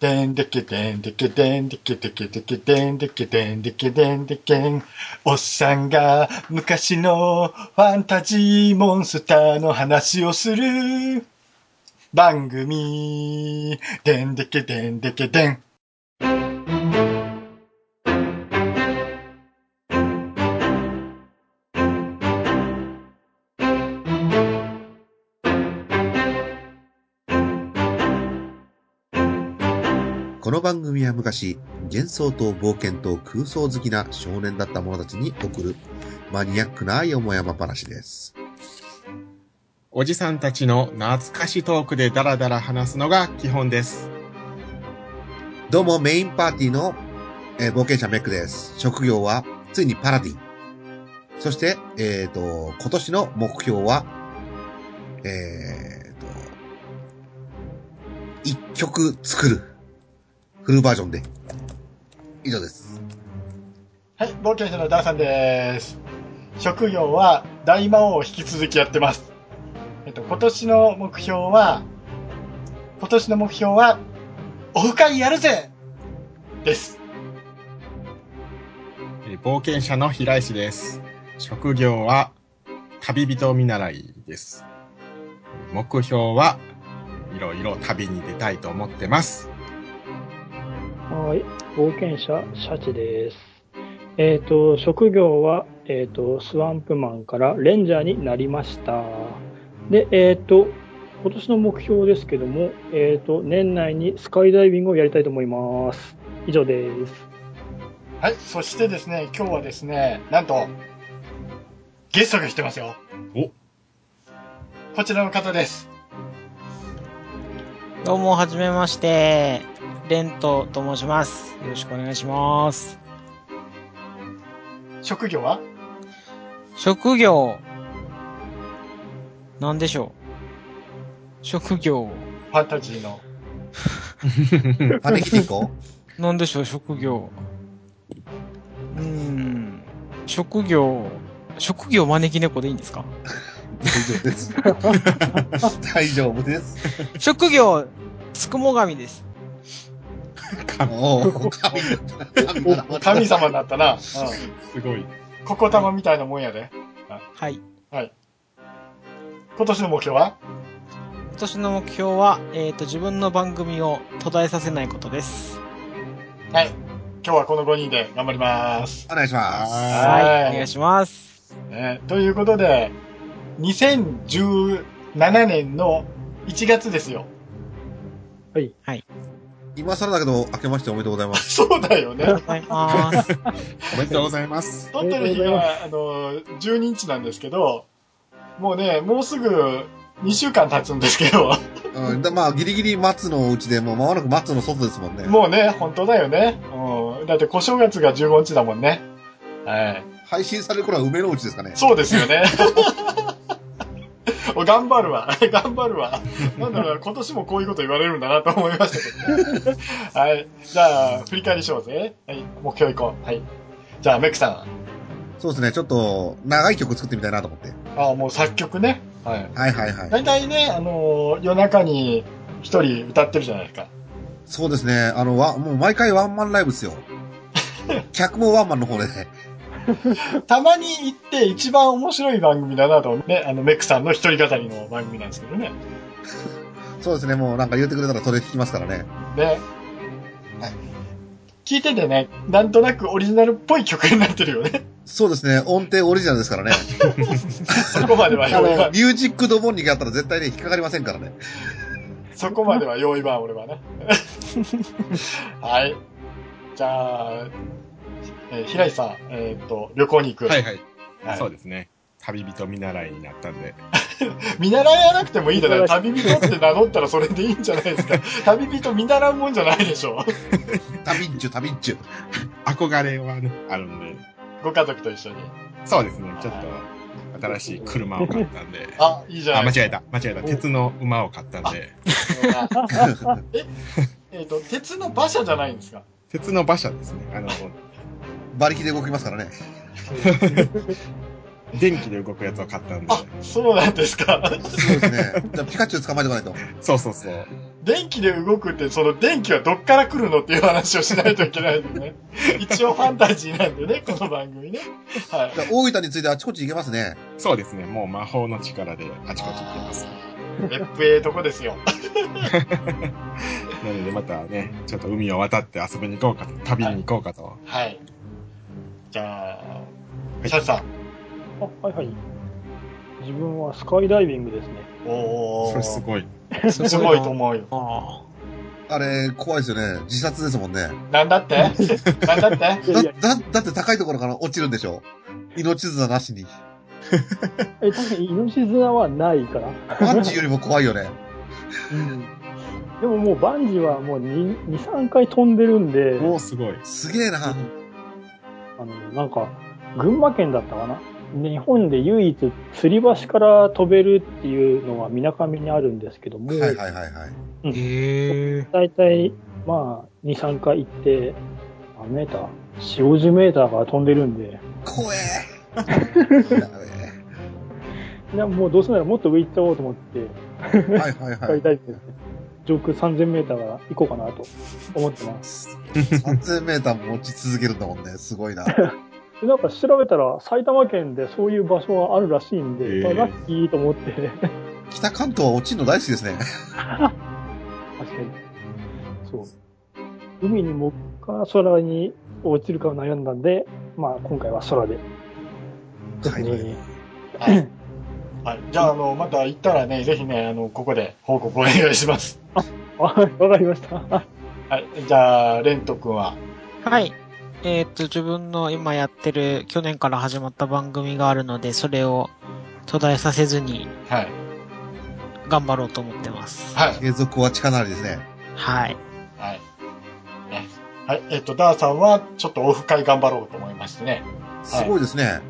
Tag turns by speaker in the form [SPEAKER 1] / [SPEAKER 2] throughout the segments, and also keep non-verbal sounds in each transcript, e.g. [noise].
[SPEAKER 1] でんでけでんでけでんでけでけでけでんでけでんでけでんでけん。おっさんが昔のファンタジーモンスターの話をする番組。でんでけでんでけでん。
[SPEAKER 2] この番組は昔、幻想と冒険と空想好きな少年だった者たちに送るマニアックなよもやま話です。
[SPEAKER 3] おじさんたちの懐かしトークでダラダラ話すのが基本です。
[SPEAKER 2] どうもメインパーティーの、えー冒険者メックです。職業はついにパラディン。そして、えっ、と、今年の目標は、えっ、と、一曲作る。フルバージョンで。以上です。
[SPEAKER 1] はい、冒険者のダーさんです。職業は大魔王を引き続きやってます。えっと、今年の目標は、今年の目標は、オフ会やるぜです。
[SPEAKER 3] えー冒険者の平石です。職業は旅人見習いです。目標はいろいろ旅に出たいと思って [laughs] ます。
[SPEAKER 4] はい。冒険者、シャチです。えっ、と、職業は、えっ、と、スワンプマンからレンジャーになりました。で、えっ、と、今年の目標ですけども、えっ、と、年内にスカイダイビングをやりたいと思います。以上です。
[SPEAKER 1] はい、そしてですね、今日はですね、なんと、ゲストが来てますよ。
[SPEAKER 3] お
[SPEAKER 1] こちらの方です。
[SPEAKER 5] どうも、はじめまして。レントと申します。よろしくお願いします。
[SPEAKER 1] 職業は
[SPEAKER 5] 職業。なんでしょう。職業。
[SPEAKER 1] ファンタジーの。
[SPEAKER 2] パネキティコ [laughs]
[SPEAKER 5] なんでしょう、職業。うーん。職業。職業招き猫でいいんですか
[SPEAKER 2] 大丈夫です。大丈夫です。
[SPEAKER 5] 職業、つくも神です。
[SPEAKER 2] おお、神だ
[SPEAKER 1] お神様になったな。うん。
[SPEAKER 3] すごい。
[SPEAKER 1] ここ玉みたいなもんやで。
[SPEAKER 5] はい。
[SPEAKER 1] 今年の目標は
[SPEAKER 5] 今年の目標は、えっ、と、自分の番組を途絶えさせないことです。
[SPEAKER 1] はい。今日はこの5人で頑張ります。
[SPEAKER 2] お願いします。
[SPEAKER 1] は
[SPEAKER 5] はいい。お願いします。
[SPEAKER 1] ねということで、2017年の1月ですよ。
[SPEAKER 2] 今更だけど、明けましておめでとうございます。
[SPEAKER 1] そうだよね
[SPEAKER 5] あ。りがとうございま
[SPEAKER 3] お
[SPEAKER 5] す。
[SPEAKER 3] めでとうございます。
[SPEAKER 1] 撮ってる日が、あの、12日なんですけど、もうね、もうすぐ2週間経つんですけど、 [laughs]
[SPEAKER 2] うん、だまあ、ギリギリ松のうちで、もう間もなく松の外ですもんね。
[SPEAKER 1] もうね、本当だよね。うん。だって、小正月が15日だもんね。はい。
[SPEAKER 2] 配信される頃は梅のうちですかね。
[SPEAKER 1] そうですよね。 [laughs] お頑張るわ。 [laughs] 頑張るわ。なんだろうな、今年もこういうこと言われるんだなと思いましたけど、ね、 [laughs] はい。じゃあ、振り返りしようぜ。はい。目標いこう。はい。じゃあ、メックさ
[SPEAKER 2] そうですね、ちょっと、長い曲作ってみたいなと思って。
[SPEAKER 1] ん。あもう作曲ね。はい。
[SPEAKER 2] はいはいはい。
[SPEAKER 1] 大体ね、あのー夜中に一人歌ってるじゃないですか。
[SPEAKER 2] そうですね、あの、わ、もう毎回ワンマンライブです [laughs] よ。客もワンマンの方で、
[SPEAKER 1] たまに行って一番面白い番組だなと、ね、あの、メックさんの一人語りの番組なんですけどね。
[SPEAKER 2] そうですね、もうなんか言ってくれたらそれ弾きますからね。
[SPEAKER 1] ね。聞いててね、なんとなくオリジナルっぽい曲になってるよね。 [laughs]
[SPEAKER 2] そうですね、音程オリジナルですからね。
[SPEAKER 1] そこまでは
[SPEAKER 2] あ
[SPEAKER 1] 用
[SPEAKER 2] の、
[SPEAKER 1] 意
[SPEAKER 2] ミュ
[SPEAKER 1] 版。
[SPEAKER 2] ージックドボンにやったら絶対ね、引っかかりませんからね。
[SPEAKER 1] [laughs] そこまでは用意版、俺はね。 [laughs] はい。じゃあ、えー平井さん、えっ、と、旅行に行く。
[SPEAKER 3] はいはい。
[SPEAKER 1] はい
[SPEAKER 3] そうですね。旅人見習いになったんで。
[SPEAKER 1] 見習わなくてもいいんじゃない旅人って名乗ったらそれでいいんじゃないですか。旅人見習うもんじゃないでしょ。
[SPEAKER 2] 旅んちゅ、旅ん [laughs] ちゅ。
[SPEAKER 3] 憧れはね、あるんで。
[SPEAKER 1] ご家族と一緒に。
[SPEAKER 3] そうですね。ちょっと、新しい車を買ったん [laughs] で。
[SPEAKER 1] あ、いいじゃ
[SPEAKER 3] あ、
[SPEAKER 1] な
[SPEAKER 3] 間
[SPEAKER 1] い
[SPEAKER 3] 違えた。間違えた。鉄の馬を買ったんで。
[SPEAKER 1] ですか。え、えっ、と、鉄の馬車じゃないんですか。
[SPEAKER 3] 鉄の馬車ですね。あの、
[SPEAKER 2] 馬力で動きますからね。
[SPEAKER 3] 電気で動くやつを買ったんで。
[SPEAKER 1] あ、そうなんですか。
[SPEAKER 2] そうですね。じゃあ、ピカチュウ捕まえておかないと。
[SPEAKER 3] そうそうそう。
[SPEAKER 1] 電気で動くって、その電気はどっから来るのっていう話をしないといけないんでね。一応ファンタジーなんでね、この番組ね。はい。
[SPEAKER 2] だから大分についてあちこち行けますね。
[SPEAKER 3] そうですね。もう魔法の力であちこち行ってます。
[SPEAKER 1] 別府ええとこですよ。
[SPEAKER 3] なのでまたね、ちょっと海を渡って遊びに行こうかと、旅に行こうかと。
[SPEAKER 1] はい。じゃ
[SPEAKER 3] は
[SPEAKER 1] あ、
[SPEAKER 3] い
[SPEAKER 1] シャツさん。
[SPEAKER 4] あ、はいはい。自分はスカイダイビングですね。
[SPEAKER 1] お
[SPEAKER 3] そ
[SPEAKER 1] ー。
[SPEAKER 3] れすごい。
[SPEAKER 5] す
[SPEAKER 1] すごいと思うよ。
[SPEAKER 5] あ
[SPEAKER 2] あれ、怖いですよね。自殺ですもんね。
[SPEAKER 1] なんだって [laughs] なんだって
[SPEAKER 4] い
[SPEAKER 2] だ、
[SPEAKER 4] やいや、
[SPEAKER 2] だ、だって高いところから落ちるんでしょ命綱なしに。
[SPEAKER 4] [laughs] え確かに命綱はないから。
[SPEAKER 2] バンジーよりも怖いよね。
[SPEAKER 4] でももうバンジーはもう2、2 3回飛んでるんで、
[SPEAKER 3] もうすごい。
[SPEAKER 2] すげえな。
[SPEAKER 4] あの、なんか、群馬県だったかな日本で唯一吊り橋から飛べるっていうのがみなかみにあるんですけども、
[SPEAKER 2] はいはいはいはい。
[SPEAKER 5] あ。 [laughs] へえ。
[SPEAKER 4] 大体、まあ、2、3回行って、何メーター ?4、50メーターから飛んでるんで、
[SPEAKER 2] 怖え。やべ
[SPEAKER 4] いやもうどうせならもっと上行っちゃおうと思って、
[SPEAKER 2] えはいはい
[SPEAKER 4] ス
[SPEAKER 2] は
[SPEAKER 4] カ
[SPEAKER 2] い
[SPEAKER 4] イ。ダイビングですね上空3000メーターから行こうかなと思ってます。
[SPEAKER 2] 3000メーターも落ち続けるんだもんね。すごいな。
[SPEAKER 4] でなんか調べたら埼玉県でそういう場所があるらしいんで、
[SPEAKER 3] へー
[SPEAKER 4] まあラッキーと思って、
[SPEAKER 2] 北関東は落ちるの大好きですね。
[SPEAKER 4] 確かに。そう。海にもか空に落ちるかを悩んだんで、まあ今回は空で。
[SPEAKER 2] はいはい。
[SPEAKER 4] ね
[SPEAKER 1] はい。 [laughs] はい。じゃあ、あの、また行ったらね、ぜひね、あの、ここで報告お願いします。
[SPEAKER 4] [laughs] あはいわかりました。
[SPEAKER 1] はい。じゃあ、レント君は。
[SPEAKER 5] はい。えーっと、自分の今やってる、去年から始まった番組があるので、それを途絶えさせずに
[SPEAKER 1] はい。
[SPEAKER 5] 頑張ろうと思ってます。
[SPEAKER 1] はい。
[SPEAKER 2] 継続は力なりですね。
[SPEAKER 5] はい。
[SPEAKER 1] はい。ねはい。えっと、ダーさんは、ちょっとオフ会頑張ろうと思いましてね。
[SPEAKER 2] すごいですね。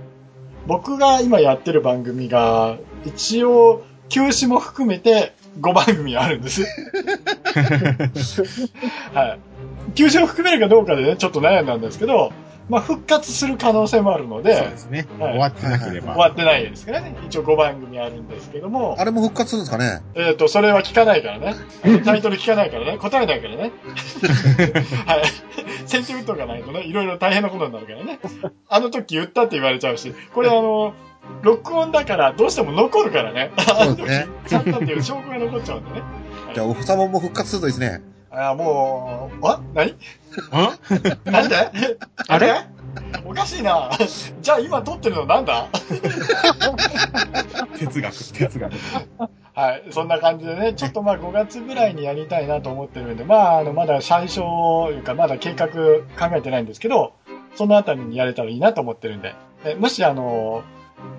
[SPEAKER 1] 僕が今やってる番組が、一応、休止も含めて5番組あるんです。 [laughs] はい。休止を含めるかどうかでね、ちょっと悩んだんですけど、まあ、復活する可能性もあるの
[SPEAKER 3] そう
[SPEAKER 1] で
[SPEAKER 3] で、すね。
[SPEAKER 1] はい
[SPEAKER 3] 終わってなけれ
[SPEAKER 1] 終
[SPEAKER 3] ば。
[SPEAKER 1] わってないですからね。一応5番組あるんですけども
[SPEAKER 2] あ、れも復活するんですか [laughs] ね。
[SPEAKER 1] えっ、と、それは聞かないからね。タイトル聞かないからね。答えないからね。はい。先手打っとかないとね、いろいろ大変なことになるからね。あの時言ったって言われちゃうし、これあの、録音だからどうしても残るからね。あ
[SPEAKER 2] そ
[SPEAKER 1] の
[SPEAKER 2] うで
[SPEAKER 1] 時
[SPEAKER 2] すね
[SPEAKER 1] 言っちゃったっていう証拠が残っちゃうんでね。
[SPEAKER 2] じゃあ、おふさもも復活するといいですね。
[SPEAKER 1] ああ、もう、あ何
[SPEAKER 3] ん
[SPEAKER 1] なんで
[SPEAKER 5] あれ
[SPEAKER 1] おかしいな。じゃあ今撮ってるのなんだ
[SPEAKER 3] 哲学、哲学。
[SPEAKER 1] はい、そんな感じでね、ちょっとまあ5月ぐらいにやりたいなと思ってるんで、まあ、あの、まだ最初というか、まだ計画考えてないんですけど、そのあたりにやれたらいいなと思ってるんで、えもしあの、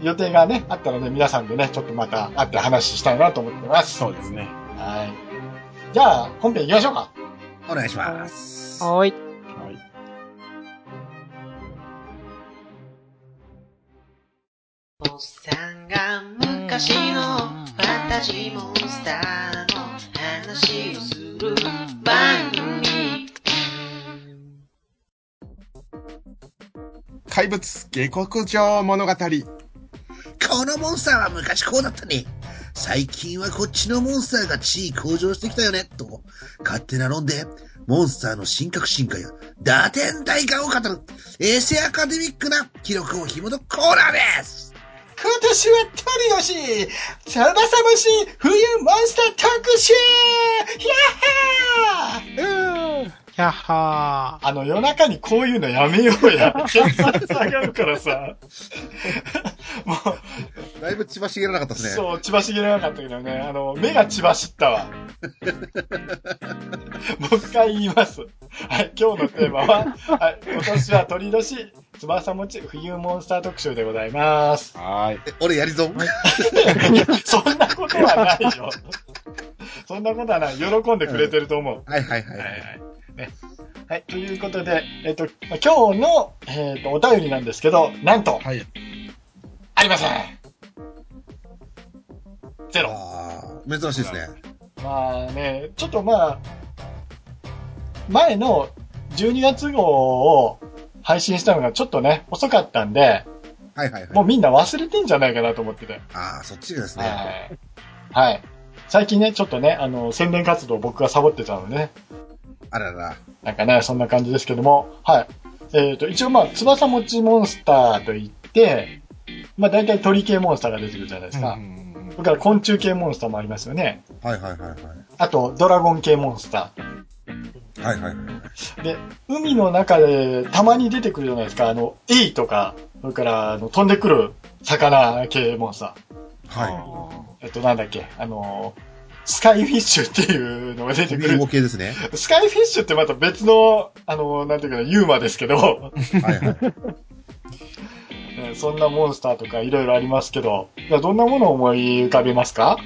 [SPEAKER 1] 予定がね、あったらね、皆さんでね、ちょっとまた会って話したいなと思ってます。
[SPEAKER 3] そうですね。
[SPEAKER 1] はい。じゃあ、本編行きましょうか。
[SPEAKER 2] お願いします。
[SPEAKER 5] はーい。
[SPEAKER 3] はい。
[SPEAKER 6] おっさんが昔のファンタジーモンスターの話をする番組
[SPEAKER 3] 怪物下克上物語。
[SPEAKER 2] このモンスターは昔こうだったね。最近はこっちのモンスターが地位向上してきたよね、と。勝手な論で、モンスターの進化進化や打点体感を語る、エセアカデミックな記録を紐解くコーナーです
[SPEAKER 1] 今年はトリオシサバサムシ冬モンスター特集やっはー
[SPEAKER 5] うーやっは
[SPEAKER 1] あの、夜中にこういうのやめようや。血圧上がるからさ。も
[SPEAKER 2] だいぶ血ばしげらなかった
[SPEAKER 1] う、そう、血走れなかったけどね、あの、目が血走ったわ。もう一回言います。はい、今日のテーマは、はい、今年は鳥年、翼持ち冬モンスター特集でございます。
[SPEAKER 3] はーい。
[SPEAKER 2] 俺やりぞん。
[SPEAKER 1] いやそんなことはないよ。そんなことはない。喜んでくれてると思う。
[SPEAKER 2] はいはいは
[SPEAKER 1] はいはい。ね。はい、ということで、えっ、と、今日の、えっ、と、お便りなんですけど、なんと、
[SPEAKER 3] はい。
[SPEAKER 1] ありませんゼロ。
[SPEAKER 2] あー珍しいですね。
[SPEAKER 1] まあね、ちょっとまあ、前の12月号を配信したのがちょっとね、遅かったんで、
[SPEAKER 2] はいはいは
[SPEAKER 1] も
[SPEAKER 2] い。
[SPEAKER 1] うみんな忘れてんじゃないかなと思ってて。
[SPEAKER 2] ああ、そっちがですね。
[SPEAKER 1] はい。はい。最近ね、ちょっとね、あの、宣伝活動を僕がサボってたのでね、
[SPEAKER 2] あらら。
[SPEAKER 1] なんかね、そんな感じですけども、はい。えっ、と、一応まあ、翼持ちモンスターといって、まあ大体鳥系モンスターが出てくるじゃないですか。それから昆虫系モンスターもありますよね。
[SPEAKER 2] はいはいはいはい。
[SPEAKER 1] あと、ドラゴン系モンスタ
[SPEAKER 2] はいはいはい。
[SPEAKER 1] ー。で、海の中でたまに出てくるじゃないですか。あの、エイとか、それからあの飛んでくる魚系モンスター。
[SPEAKER 2] は
[SPEAKER 1] えっと、なんだっけ、あのースカイフィッシュっていうのが出 [laughs]
[SPEAKER 2] い。
[SPEAKER 1] てく
[SPEAKER 2] ビー
[SPEAKER 1] る
[SPEAKER 2] ボ。系ですね。
[SPEAKER 1] スカイフィッシュってまた別の、あのーなんていうかな、ユーマですけど、
[SPEAKER 2] はいはい。
[SPEAKER 1] ねそんなモンスターとかいろいろありますけど、じゃあどんなものを思い浮かべますか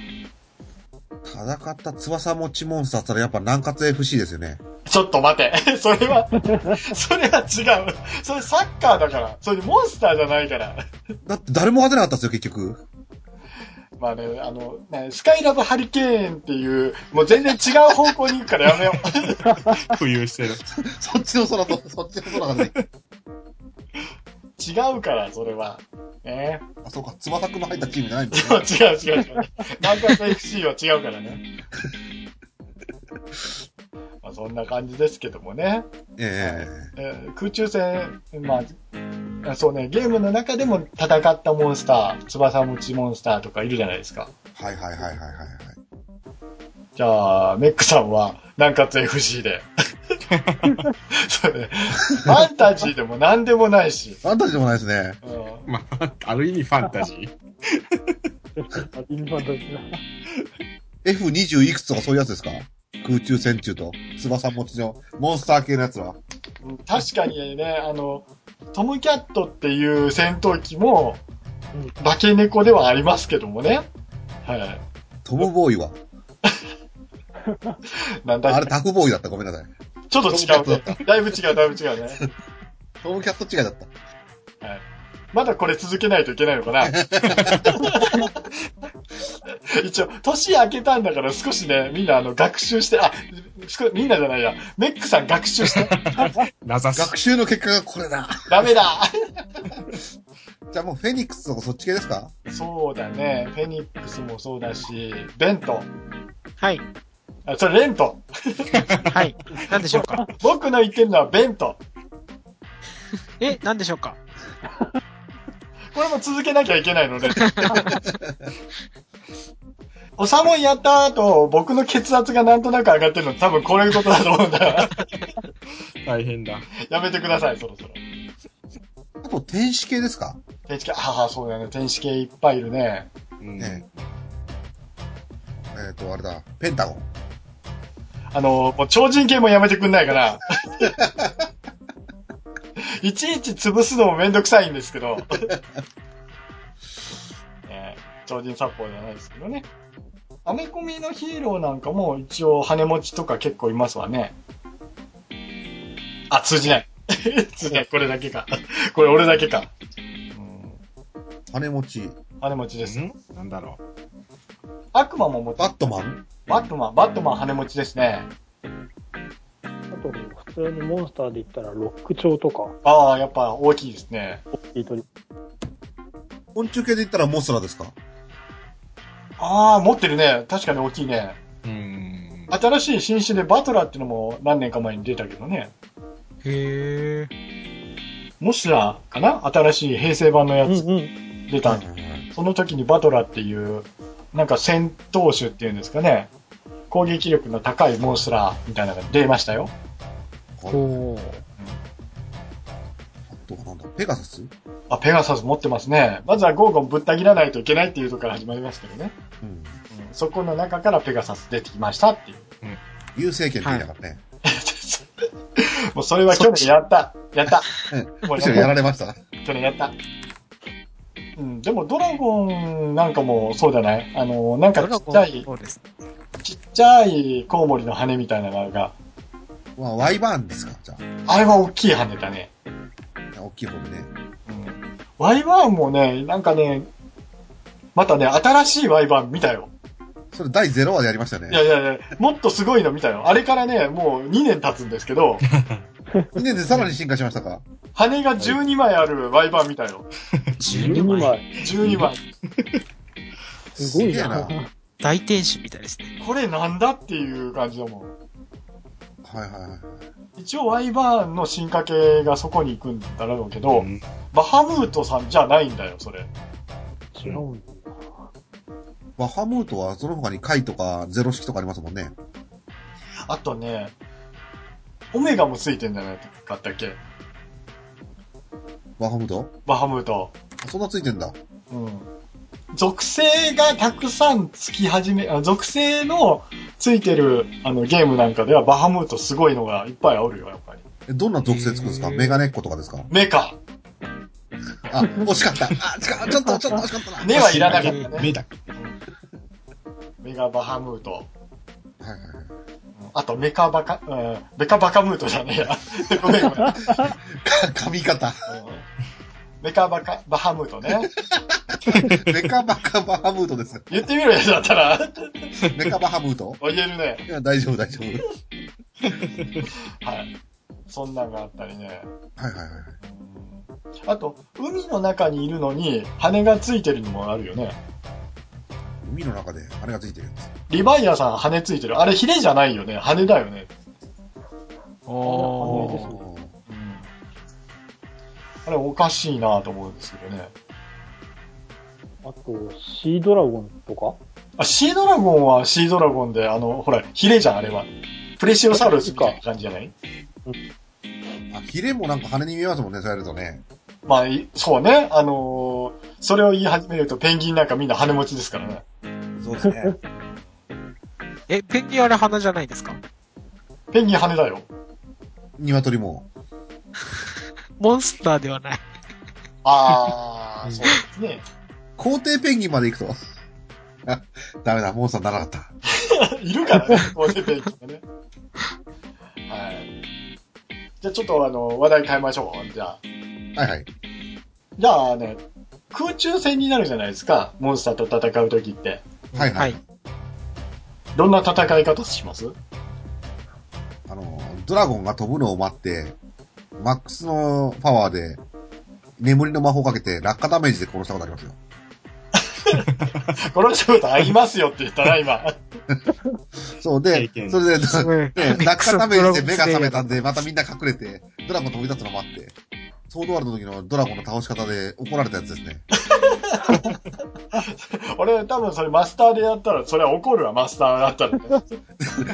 [SPEAKER 2] 戦った翼持ちモンスターって言ったらやっぱ南葛 FC ですよね。
[SPEAKER 1] ちょっと待て。 [laughs] それは、それは違う。それサッカーだから。それモンスターじゃないから。
[SPEAKER 2] だって誰も勝てなかったんですよ、結局。
[SPEAKER 1] まあね、あの、ねスカイラブハリケーンっていう、もう全然違う方向に行くからやめよう。 [laughs]
[SPEAKER 3] 浮遊してる。
[SPEAKER 2] そっちの空と、そっちの空がね。
[SPEAKER 1] 違うから、それは。ね、 [laughs]
[SPEAKER 2] あ、そうか、翼くんの入ったチームじゃないんだ
[SPEAKER 1] 違
[SPEAKER 2] すね。
[SPEAKER 1] う違う違う違う。南葛 FC は違うからね。 [laughs] まあそんな感じですけどもね。
[SPEAKER 2] [laughs] え
[SPEAKER 1] えー空中戦、まあ、そうね、ゲームの中でも戦ったモンスター、翼持ちモンスターとかいるじゃないですか。
[SPEAKER 2] えはいはいはいはいはいはい。
[SPEAKER 1] じゃあ、メックさんは、南葛 FC で。そうね。ファンタジーでも何でもないし。
[SPEAKER 2] ファンタジーでもないですね。
[SPEAKER 1] うん
[SPEAKER 3] まあ、ある意味ファンタジー。
[SPEAKER 4] あインファンタジーな
[SPEAKER 2] F20 いくつとかそういうやつですか空中戦中と。翼持ちのモンスター系のやつは。
[SPEAKER 1] 確かにね、あの、トムキャットっていう戦闘機も、
[SPEAKER 4] うん
[SPEAKER 1] 化け猫ではありますけどもね。はい。
[SPEAKER 2] トムボーイは。
[SPEAKER 1] なんだ
[SPEAKER 2] あ
[SPEAKER 1] っ
[SPEAKER 2] れ
[SPEAKER 1] け
[SPEAKER 2] タフボーイだった。ごめんなさい。
[SPEAKER 1] ちょっと違うね。だいぶ違う、だいぶ違うね。
[SPEAKER 2] トムキャット違いだった。
[SPEAKER 1] まだこれ続けないといけないのかな一応、年明けたんだから少しね、みんなあの、学習して、あ、少みんなじゃないや、メックさん学習して、
[SPEAKER 3] 名指し
[SPEAKER 2] 学。習の結果がこれだ。
[SPEAKER 1] ダメだ
[SPEAKER 2] じゃあもうフェニックスとかそっち系ですか
[SPEAKER 1] そうだね、フェニックスもそうだし、ベント、
[SPEAKER 5] はい。
[SPEAKER 1] あ、それレント。
[SPEAKER 5] はい。何でしょ
[SPEAKER 6] [laughs]
[SPEAKER 5] うか
[SPEAKER 1] 僕の言ってるのはベント。
[SPEAKER 5] え、何でしょうか
[SPEAKER 1] これも続けなきゃいけないので。おさもんやった後、僕の血圧がなんとなく上がってるの多分これいうことだと思うんだ。
[SPEAKER 3] 大変だ。
[SPEAKER 1] やめてください、そろそろ。
[SPEAKER 2] あと天使系ですか
[SPEAKER 1] 天使系、ああ、そうだね。天使系いっぱいいるね。
[SPEAKER 3] うん
[SPEAKER 2] ねえっ、と、あれだ。ペンタゴン。
[SPEAKER 1] あの、もう超人系もやめてくんないかな。 [laughs] いちいち潰すのもめんどくさいんですけど。 [laughs] ね超人殺法じゃないですけどね。アメコミのヒーローなんかも一応羽持ちとか結構いますわね。あ、通じない。 [laughs] 通じない。これだけか。これ俺だけか。うん
[SPEAKER 2] 羽持ち。
[SPEAKER 1] 羽持ちです。
[SPEAKER 3] んなんだろ
[SPEAKER 1] 悪魔も持って
[SPEAKER 2] バットマン
[SPEAKER 1] バットマン、バットマン羽持ちですね。
[SPEAKER 4] あと、普通にモンスターで言ったら、ロック調とか、
[SPEAKER 1] ああ、やっぱ大きいですね。
[SPEAKER 4] 大きい鳥。
[SPEAKER 2] 昆虫系で言ったらモスラですか
[SPEAKER 1] ああ、持ってるね。確かに大きいね。
[SPEAKER 3] う。うん。
[SPEAKER 1] 新しい新種でバトラーってのも何年か前に出たけどね。
[SPEAKER 5] へえ。
[SPEAKER 1] モスラーかな新しい平成版のやつ
[SPEAKER 4] うん。
[SPEAKER 1] 出た。その時にバトラーっていう、なんか戦闘種っていうんですかね。攻撃力の高いモンスラーみたいなのが出ましたよ。
[SPEAKER 5] ほう。
[SPEAKER 2] あとはなんだペガサス
[SPEAKER 1] あ、ペガサス持ってますね。まずはゴーゴンぶった切らないといけないっていうところから始まりますけどね。
[SPEAKER 2] うん。
[SPEAKER 1] うん、そこの中からペガサス出てきましたっていう。
[SPEAKER 2] 優勢権って言いながらね。
[SPEAKER 1] もうそれは去年やった。やった。もう
[SPEAKER 2] むしろやられました。
[SPEAKER 1] 去年やった。うん、でもドラゴンなんかもそうじゃないあの、なんかちっちゃい、
[SPEAKER 5] そうです。
[SPEAKER 1] ちっちゃいコウモリの羽みたいなのが、
[SPEAKER 2] まあ、ワイバーンですかじゃ
[SPEAKER 1] あれは大きい羽だね。
[SPEAKER 2] あ。大きい方でね。
[SPEAKER 1] うん。ワイバーンもね、なんかね、またね、新しいワイバーン見たよ。
[SPEAKER 2] それ第0話でやりました
[SPEAKER 1] いや
[SPEAKER 2] ね。
[SPEAKER 1] いやいや、もっとすごいの見たよ。あれからね、もう2年経つんですけど、
[SPEAKER 2] 2年でさらに進化しましたか
[SPEAKER 1] 羽が12枚あるワイバーン見たよ。
[SPEAKER 5] 12
[SPEAKER 4] 12
[SPEAKER 5] 枚。
[SPEAKER 4] 枚。
[SPEAKER 1] 12枚。
[SPEAKER 4] すごい
[SPEAKER 2] すげえな
[SPEAKER 4] な。
[SPEAKER 5] 大天使みたいですね。
[SPEAKER 1] これなんだっていう感じだもん。
[SPEAKER 2] はいはいはい。
[SPEAKER 1] 一応、ワイバーンの進化系がそこに行くんだろうけど、
[SPEAKER 3] うん
[SPEAKER 1] バハムートさんじゃないんだよ、それ。
[SPEAKER 4] 違うん
[SPEAKER 2] バハムートはその他に貝とかゼロ式とかありますもんね。
[SPEAKER 1] あとね、オメガもついてんじゃないかったっけ
[SPEAKER 2] バハムート
[SPEAKER 1] バハムート。
[SPEAKER 2] あそんなついてんだ。
[SPEAKER 1] うん。属性がたくさんつき始め、あ属性のついてるあのゲームなんかではバハムートすごいのがいっぱいあるよ、やっぱり。
[SPEAKER 2] えどんな属性つくんですか
[SPEAKER 5] へー
[SPEAKER 2] メガネっ子とかですか
[SPEAKER 1] 目か。
[SPEAKER 2] あ、惜しかった。あ、違う。ちょっと、ちょっと惜しかったな。
[SPEAKER 1] 目はいらなかったね。
[SPEAKER 3] 目だけ。
[SPEAKER 1] 目がバハムート。
[SPEAKER 2] はいはいはい。
[SPEAKER 1] うんあと、メカバカ、うん、メカバカムートじゃねえや。 [laughs] ごめんごめん。うん
[SPEAKER 2] か髪型。
[SPEAKER 1] メカバカ、バハムートね。
[SPEAKER 2] メカバカバハムートです。
[SPEAKER 1] 言ってみろよ、だったら。 [laughs]
[SPEAKER 2] メカバハムート
[SPEAKER 1] 言えるね。
[SPEAKER 2] いや、大丈夫、大丈夫。
[SPEAKER 1] はい。そんなんがあったりね。
[SPEAKER 2] はいはいはい。
[SPEAKER 1] あと、海の中にいるのに羽がついてるのもあるよね。
[SPEAKER 2] 海の中で、あれがついてるやつ。
[SPEAKER 1] リヴァイアさん羽ついてる。あれヒレじゃないよね。羽だよね。
[SPEAKER 5] お
[SPEAKER 4] ー
[SPEAKER 2] おー
[SPEAKER 1] あれおかしいなぁと思うんですけどね。
[SPEAKER 4] あと、シードラゴンとか
[SPEAKER 1] あ、シードラゴンはシードラゴンで、あの、ほら、ヒレじゃん、あれは。プレシオサウルスみたいな感じじゃない
[SPEAKER 2] あ、ヒレもなんか羽に見えますもんね、そうやるとね。
[SPEAKER 1] まあ、いそうね。あのーそれを言い始めるとペンギンなんかみんな羽持ちですからね。
[SPEAKER 2] そうですね。
[SPEAKER 5] え、ペンギンあれ鼻じゃないですか
[SPEAKER 1] ペンギン羽だよ。
[SPEAKER 2] [laughs] 鶏も。
[SPEAKER 5] モンスターではない。
[SPEAKER 1] あー、そうですね。
[SPEAKER 2] 皇帝ペンギンまで行くと。あ、ダメだ、モンスターにならなか
[SPEAKER 1] [laughs]
[SPEAKER 2] っ
[SPEAKER 1] いるからね、こうね、ペンギンがね。はい。じゃあちょっとあの、話題変えましょう。じゃあ。
[SPEAKER 2] た。はいはい。
[SPEAKER 1] じゃあね、空中戦になるじゃないですか。モンスターと戦うときって。
[SPEAKER 2] はいは
[SPEAKER 5] はいい。。、
[SPEAKER 1] どんな戦い方します
[SPEAKER 2] あの、ドラゴンが飛ぶのを待って、マックスのパワーで、眠りの魔法かけて落下ダメージで殺したことありますよ。
[SPEAKER 1] 殺したことありますよって言ったな、今。 [laughs]
[SPEAKER 2] そう
[SPEAKER 3] 経
[SPEAKER 2] で、[laughs]
[SPEAKER 3] 験
[SPEAKER 2] それです
[SPEAKER 5] ごい。
[SPEAKER 2] ね、落下ダメージで目が覚めたん
[SPEAKER 5] で。
[SPEAKER 2] で、またみんな隠れて、ドラゴン飛び立つの待って、ソードワールドの時のドラゴンの倒し方で怒られたやつですね。
[SPEAKER 1] 俺、多分それマスターでやったら、それは怒るわ、マスターだったら、ね。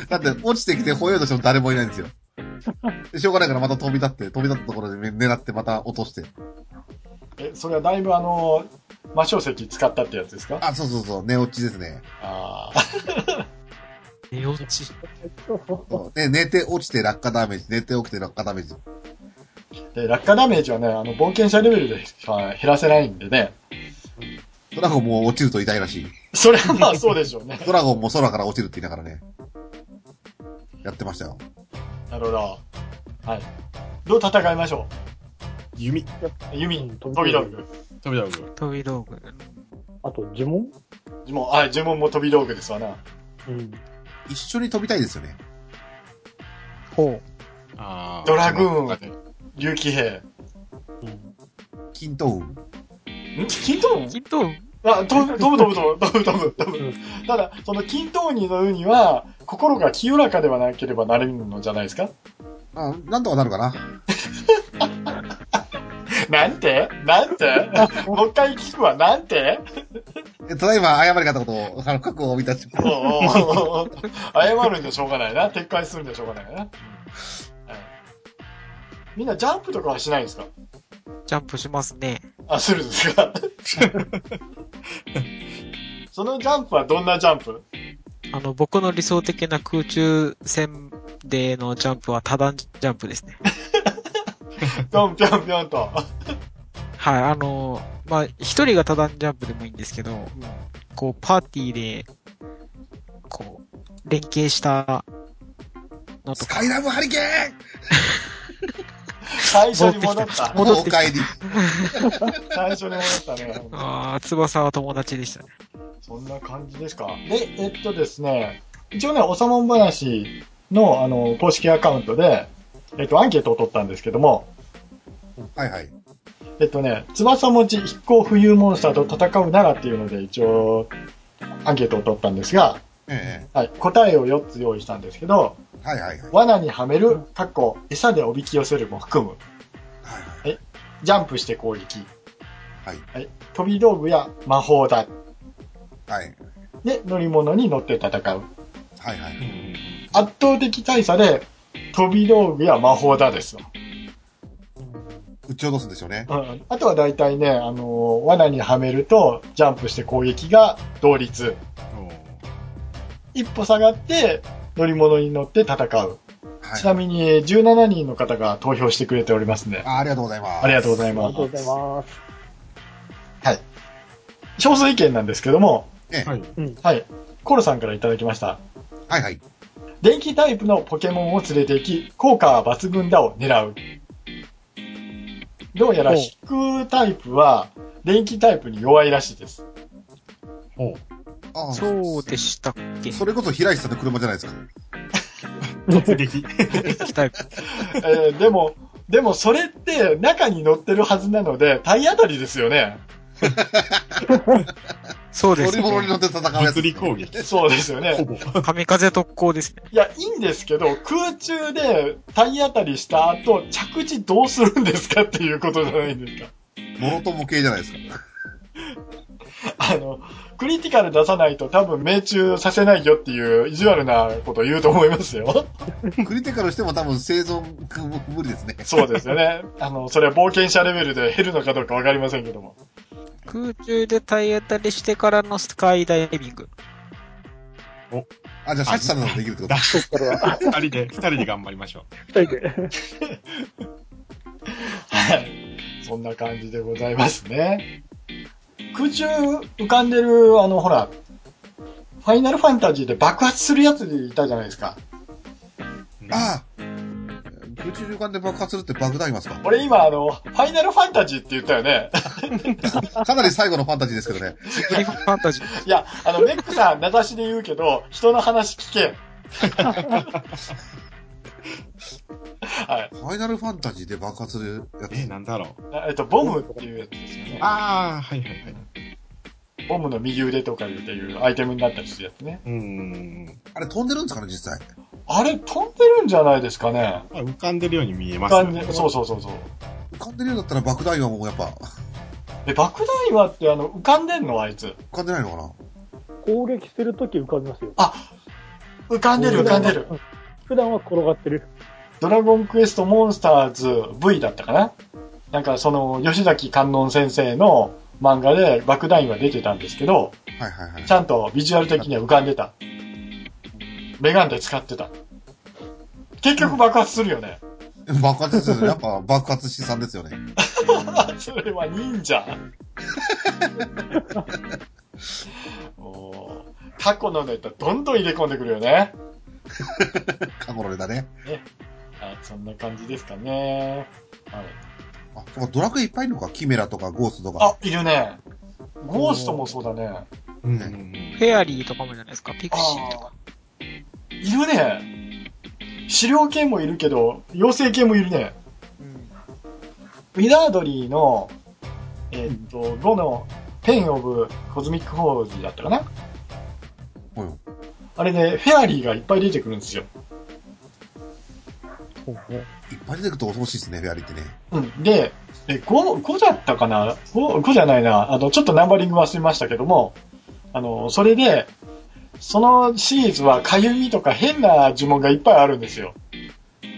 [SPEAKER 2] だって落ちてきて吠えようとしても誰もいないんです
[SPEAKER 5] [laughs]
[SPEAKER 2] よ。でしょうがないからまた飛び立って、飛び立ったところで狙ってまた落として。
[SPEAKER 1] え、それはだいぶあの、魔晶石使ったってやつですか
[SPEAKER 2] あ、そうそうそう、寝落ちですね。
[SPEAKER 1] ああ。
[SPEAKER 5] 寝落ち。
[SPEAKER 2] そうね、寝て落ちて落下ダメージ、寝て起きて落下ダメージ。
[SPEAKER 1] で、落下ダメージはね、あの、冒険者レベルでしか減らせないんでね。
[SPEAKER 2] ドラゴンも落ちると痛いらしい。
[SPEAKER 1] それはまあそうでしょうね。
[SPEAKER 2] ドラゴンも空から落ちるって言いながらね。やってましたよ。
[SPEAKER 1] なるほど。はい。どう戦いましょ
[SPEAKER 3] 弓。
[SPEAKER 1] う弓、
[SPEAKER 4] うん
[SPEAKER 1] 飛び道具。
[SPEAKER 3] 飛び道具。
[SPEAKER 5] 飛び道具。
[SPEAKER 4] あと、呪文
[SPEAKER 1] 呪文、あ、呪文も飛び道具ですわな。
[SPEAKER 4] うん。
[SPEAKER 2] 一緒に飛びたいですよね。
[SPEAKER 5] ほ
[SPEAKER 3] あー
[SPEAKER 1] ドラグーン
[SPEAKER 3] ドラゴ
[SPEAKER 1] 竜騎兵。
[SPEAKER 2] 均等運。
[SPEAKER 1] ん金刀
[SPEAKER 5] う。きっと、
[SPEAKER 1] あ、飛ぶ、飛ぶ、飛ぶ、 [laughs] 飛ぶ、飛ぶ、飛ぶ、飛ぶ。ただ、その金刀に乗るには、心が清らかではなければなれるのじゃないですか
[SPEAKER 2] あ、なんとかなるかな。
[SPEAKER 1] なんてなんてもう一回聞くわ、なんて
[SPEAKER 2] えただいま謝りがあったことを、あの、覚悟を満たして。
[SPEAKER 1] おうおうおう謝るんじゃしょうがないな。撤回するんじゃしょうがないな。はいみんなジャンプとかはしないんですか
[SPEAKER 5] ジャンプしますね。
[SPEAKER 1] あ、するんですか [laughs] そのジャンプはどんなジャンプ
[SPEAKER 5] あの、僕の理想的な空中戦でのジャンプは多段ジャンプですね。
[SPEAKER 1] ぴょんぴょんぴょんと。
[SPEAKER 5] はい、あの、まあ、一人が多段ジャンプでもいいんですけど、こう、パーティーで、こう、連携したのと
[SPEAKER 2] ス
[SPEAKER 5] か
[SPEAKER 2] カ、イラブハリケーン
[SPEAKER 1] 最初に戻った。
[SPEAKER 5] 戻ってきた
[SPEAKER 2] お帰り。
[SPEAKER 1] 最初に戻ったね。
[SPEAKER 5] ああ、翼は友達でしたね。
[SPEAKER 1] そんな感じですか。で、えっとですね、一応ね、おさもん話の、あの、公式アカウントで、えっと、アンケートを取ったんですけども、
[SPEAKER 2] はいはい。
[SPEAKER 1] えっとね、翼持ち飛行浮遊モンスターと戦うならっていうので、一応、アンケートを取ったんですが、
[SPEAKER 2] え
[SPEAKER 1] はい、答えを4つ用意したんですけど、
[SPEAKER 2] えはいはいはい。
[SPEAKER 1] 罠にはめる、かっこ、餌でおびき寄せるも含む、
[SPEAKER 2] はいはい。
[SPEAKER 1] ジャンプして攻撃、
[SPEAKER 2] はい。
[SPEAKER 1] はい、飛び道具や魔法だ。
[SPEAKER 2] はい。
[SPEAKER 1] で、乗り物に乗って戦う。
[SPEAKER 2] はいはい。
[SPEAKER 1] 圧倒的大差で、飛び道具や魔法だですよ。
[SPEAKER 2] 撃ち落とすんですよね。
[SPEAKER 1] うん、あとは大体ね、あのー罠にはめると、ジャンプして攻撃が同率。一歩下がって、乗り物に乗って戦う。
[SPEAKER 2] はい。
[SPEAKER 1] ちなみに、17人の方が投票してくれておりますね。
[SPEAKER 2] あありがとうございます。
[SPEAKER 1] ありがとうご
[SPEAKER 2] い
[SPEAKER 1] ざい
[SPEAKER 4] ありが
[SPEAKER 1] ます
[SPEAKER 4] と。うございます。
[SPEAKER 1] 少数意見なんですけども、
[SPEAKER 2] ます。
[SPEAKER 3] はい。
[SPEAKER 1] はい。コロさんからいただきました。
[SPEAKER 2] はいはい。
[SPEAKER 1] 電気タイプのポケモンを連れて行き、効果は抜群だを狙う。どうやら
[SPEAKER 5] お
[SPEAKER 1] 引くタイプは、電気タイプに弱いらしいです。
[SPEAKER 3] おう
[SPEAKER 2] ああ、
[SPEAKER 5] そうでしたっけ
[SPEAKER 2] それこそ平石さんの車じゃないですか。
[SPEAKER 1] [laughs]
[SPEAKER 3] 突撃。
[SPEAKER 5] 液タイプ。
[SPEAKER 1] えーでも、でもそれって中に乗ってるはずなので、体当たりですよね。
[SPEAKER 5] そうで
[SPEAKER 2] 乗
[SPEAKER 5] す
[SPEAKER 2] り物に乗
[SPEAKER 5] ね
[SPEAKER 2] っ。て戦うやつで
[SPEAKER 3] 物
[SPEAKER 2] すね、
[SPEAKER 3] 理
[SPEAKER 1] [laughs]
[SPEAKER 3] 攻撃。
[SPEAKER 1] そうですよ
[SPEAKER 3] ほ [laughs]
[SPEAKER 1] ね。
[SPEAKER 3] ぼ。
[SPEAKER 5] 神風特攻ですね。
[SPEAKER 1] いや、いいんですけど、空中で体当たりした後、着地どうするんですかっていうことじゃないんですか。 [laughs]
[SPEAKER 2] モノトモ系じゃないですか。
[SPEAKER 1] あの、クリティカル出さないと多分命中させないよっていう意地悪なことを言うと思いますよ。
[SPEAKER 2] クリティカルしても多分生存無理ですね。
[SPEAKER 1] そうですよね。あの、それは冒険者レベルで減るのかどうかわかりませんけども。
[SPEAKER 5] 空中で体当たりしてからのスカイダイビング。
[SPEAKER 2] あ、じゃあ、シャチさんならできるってこと
[SPEAKER 3] だ
[SPEAKER 4] そっからは、
[SPEAKER 3] 二人で、二人で頑張りましょう。
[SPEAKER 4] 二人で。
[SPEAKER 1] はい。そんな感じでございますね。空中浮かんでる、あの、ほら、ファイナルファンタジーで爆発するやついたじゃないですか。
[SPEAKER 2] ああ空中中間で爆発するって爆弾いますか
[SPEAKER 1] 俺今、あの、ファイナルファンタジーって言ったよね。
[SPEAKER 2] かなり最後のファンタジーですけどね。
[SPEAKER 5] フリファンタジー。
[SPEAKER 1] [laughs] いや、あの、メックさん、名指しで言うけど、人の話聞け。 [laughs] はい。
[SPEAKER 2] ファイナルファンタジーで爆発するやつ。
[SPEAKER 3] え、なんだろう。
[SPEAKER 1] えっと、ボムっていうやつですよね。
[SPEAKER 3] ああ、はいはいはい。
[SPEAKER 1] ボムの右腕とかいうっていうアイテムになったりするやつね。
[SPEAKER 3] うーん。
[SPEAKER 2] あれ飛んでるんですかね、実際。
[SPEAKER 1] あれ、飛んでるんじゃないですかね。
[SPEAKER 3] まあ浮かんでるように見えますよ
[SPEAKER 1] 感
[SPEAKER 3] ね
[SPEAKER 1] じ。そうそうそうそう。
[SPEAKER 2] 浮かんでるようだったら爆弾はもうやっぱ、
[SPEAKER 1] え、爆弾岩ってあの、浮かんでんのあいつ。
[SPEAKER 2] 浮かんでないのかな
[SPEAKER 4] 攻撃するとき浮かびますよ。
[SPEAKER 1] あ、浮かんでる浮かんでる。
[SPEAKER 4] うん。普段は転がってる。
[SPEAKER 1] ドラゴンクエストモンスターズ V だったかななんかその、吉崎観音先生の漫画で爆弾岩出てたんですけど、
[SPEAKER 2] はいはいはい
[SPEAKER 1] ち。ゃんとビジュアル的には浮かんでた。メガンで使ってた。結局爆発するよね。
[SPEAKER 2] 爆発ですよね。やっぱ爆発資産ですよね。
[SPEAKER 1] それは忍者。おー過去のネタどんどん入れ込んでくるよね。
[SPEAKER 2] カゴロレだね。
[SPEAKER 1] はい、そんな感じですかね。はい、
[SPEAKER 2] あ、そうか、ドラクエいっぱいいるのか。キメラとかゴーストとか。
[SPEAKER 1] あ、いるね。ゴーストもそうだね。
[SPEAKER 3] うんうんうん。
[SPEAKER 5] フェアリーとかもじゃないですか。ピクシーとか。
[SPEAKER 1] あーいるね。狩猟系もいるけど、妖精系もいるね。
[SPEAKER 5] うん。
[SPEAKER 1] ウィザードリーの、えーっと、5のペンオブコズミックフォージだったかな
[SPEAKER 2] ほよ
[SPEAKER 1] あれね、フェアリーがいっぱい出てくるんですよ。
[SPEAKER 2] いっぱい出てくると恐ろしいですね、フェアリーってね。
[SPEAKER 1] うん。で、え、5、5だったかな ?5、5じゃないな。あの、ちょっとナンバリング忘れましたけども、あの、それで、そのシリーズはかゆみとか変な呪文がいっぱいあるんですよ。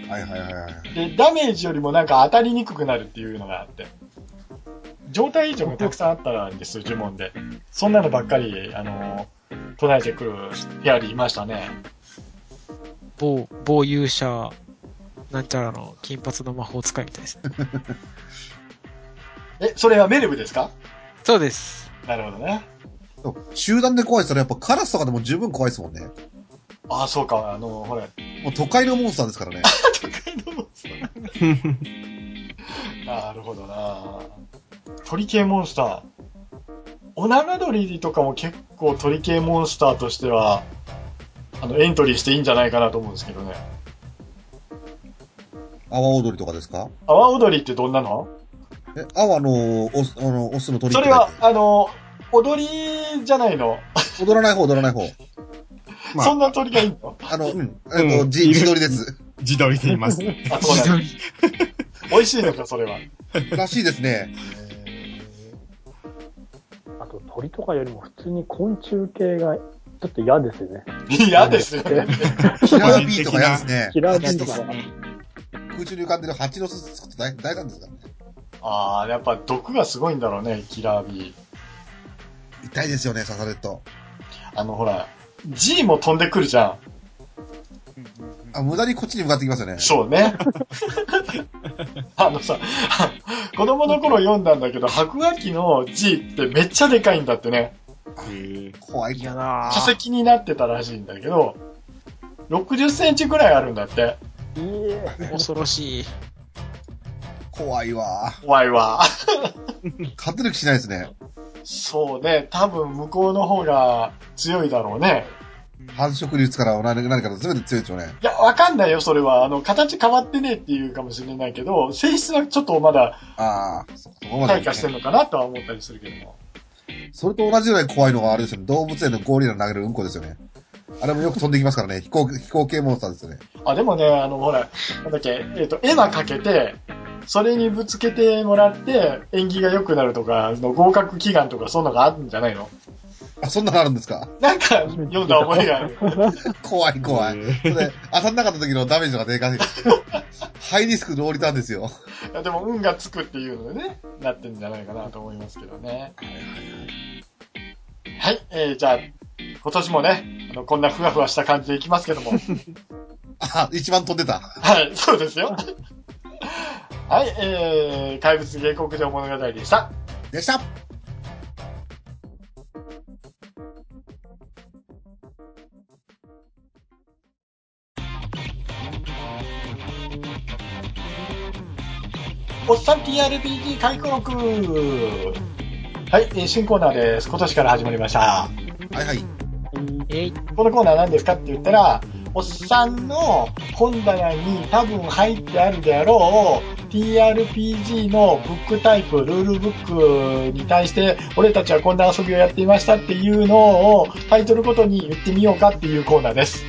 [SPEAKER 2] はいはいはいはい。
[SPEAKER 1] で、ダメージよりもなんか当たりにくくなるっていうのがあって。状態異常がたくさんあったんですよ、呪文で。そんなのばっかり、あの、唱えてくるヘアリーいましたね。
[SPEAKER 5] 某、某勇者、なんちゃらの金髪の魔法使いみたいですね。
[SPEAKER 1] え、それはメルブですか
[SPEAKER 5] そうです。
[SPEAKER 1] なるほどね。
[SPEAKER 2] そう集団で怖いっすからやっぱカラスとかでも十分怖いですもんね。
[SPEAKER 1] ああ、そうか、あの、ほら、
[SPEAKER 2] もう都会のモンスターですからね。
[SPEAKER 1] 都会のモンスター。なるほどな鳥系モンスター。オナガドリとかも結構鳥系モンスターとしては、あの、エントリーしていいんじゃないかなと思うんですけどね。
[SPEAKER 2] 阿波踊りとかですか
[SPEAKER 1] 阿波踊りってどんなの
[SPEAKER 2] え、阿波のオス、あの、オスの鳥っ
[SPEAKER 1] それ
[SPEAKER 2] て書いて
[SPEAKER 1] は、あの、踊りじゃないの。
[SPEAKER 2] 踊らない方、踊らない方。
[SPEAKER 3] まあ
[SPEAKER 1] そんな鳥がいいの
[SPEAKER 2] あの、
[SPEAKER 3] うん
[SPEAKER 2] えっと、
[SPEAKER 3] うん
[SPEAKER 2] じ自撮りです。
[SPEAKER 3] [laughs] 自撮りでい [laughs] ます。
[SPEAKER 1] あ、そう
[SPEAKER 5] 自
[SPEAKER 1] な
[SPEAKER 5] 撮
[SPEAKER 1] んだ
[SPEAKER 5] り。
[SPEAKER 1] [laughs] 美味しいのか、それは。
[SPEAKER 2] らしいです
[SPEAKER 4] [laughs]
[SPEAKER 2] ね。
[SPEAKER 4] あと鳥とかよりも普通に昆虫系がちょっと嫌ですよね。
[SPEAKER 1] 嫌ですよね。
[SPEAKER 2] キラービーとか嫌ですね。
[SPEAKER 4] キラービ
[SPEAKER 5] 嫌
[SPEAKER 4] ーと
[SPEAKER 5] で
[SPEAKER 4] か
[SPEAKER 5] す
[SPEAKER 4] は。
[SPEAKER 5] ね。
[SPEAKER 2] 空中に浮かんでる蜂の巣作って大大胆ですからね。
[SPEAKER 1] ああ、やっぱ毒がすごいんだろうね、キラービー。
[SPEAKER 2] 痛いですよね、刺されると。
[SPEAKER 1] あの、ほら、G も飛んでくるじゃ
[SPEAKER 2] あ、無駄にこっちに向かってきますよね
[SPEAKER 1] ん。。そうね。あのさ、子供の頃読んだんだけど、白亜紀の G ってめっちゃでかいんだってね。
[SPEAKER 2] 怖い。
[SPEAKER 5] 嫌だ
[SPEAKER 1] 化石になってたらしいんだけど、60センチくらいあるんだって。
[SPEAKER 4] いいえ。
[SPEAKER 5] 恐ろしい。
[SPEAKER 2] 怖いわ。
[SPEAKER 1] 怖いわ。
[SPEAKER 2] 勝てる気しないですね。
[SPEAKER 1] そうね、多分向こうの方が強いだろうね。
[SPEAKER 2] 繁殖率から何何から全て強いでしょうね。
[SPEAKER 1] いや、わかんないよ、それは。あの、形変わってねえっていうかもしれないけど、性質はちょっとまだ
[SPEAKER 2] ああ、そそこまで、
[SPEAKER 1] 退
[SPEAKER 2] ね
[SPEAKER 1] 化。してるのかなとは思ったりするけども。
[SPEAKER 2] それと同じぐらい怖いのがあれですよね。動物園のゴリラの投げるうんこですよね。あれもよく飛んできますからね。飛行飛行系モンスターですよね。
[SPEAKER 1] あ、でもね、あの、ほら、なんだっけ、えっ、と、絵はかけて、それにぶつけてもらって、縁起が良くなるとか、あの合格祈願とか、そんなのがあるんじゃないの
[SPEAKER 2] あ、そんなのあるんですか
[SPEAKER 1] なんか、読んだ覚えがある。
[SPEAKER 2] 怖い怖い。それ当たんなかった時のダメージがでかい。 [laughs] ハイリスクの降りたんですよ。
[SPEAKER 1] いやでも、運がつくっていうのでね、なってんじゃないかなと思いますけどね。はい、えー、じゃあ、今年もね、あの、こんなふわふわした感じでいきますけども。
[SPEAKER 2] あ、一番飛んでた。
[SPEAKER 1] はい、そうですよ。はい、えー、怪物下克上物語でした。
[SPEAKER 2] でした。
[SPEAKER 1] おっさん TRPG 回顧録はい、えー新コーナーです。今年から始まりました。
[SPEAKER 2] はいはい。
[SPEAKER 5] えい。
[SPEAKER 1] このコーナー何ですかって言ったら、おっさんの本棚に多分入ってあるであろう TRPG のブックタイプ、ルールブックに対して、俺たちはこんな遊びをやっていましたっていうのをタイトルごとに言ってみようかっていうコーナーです。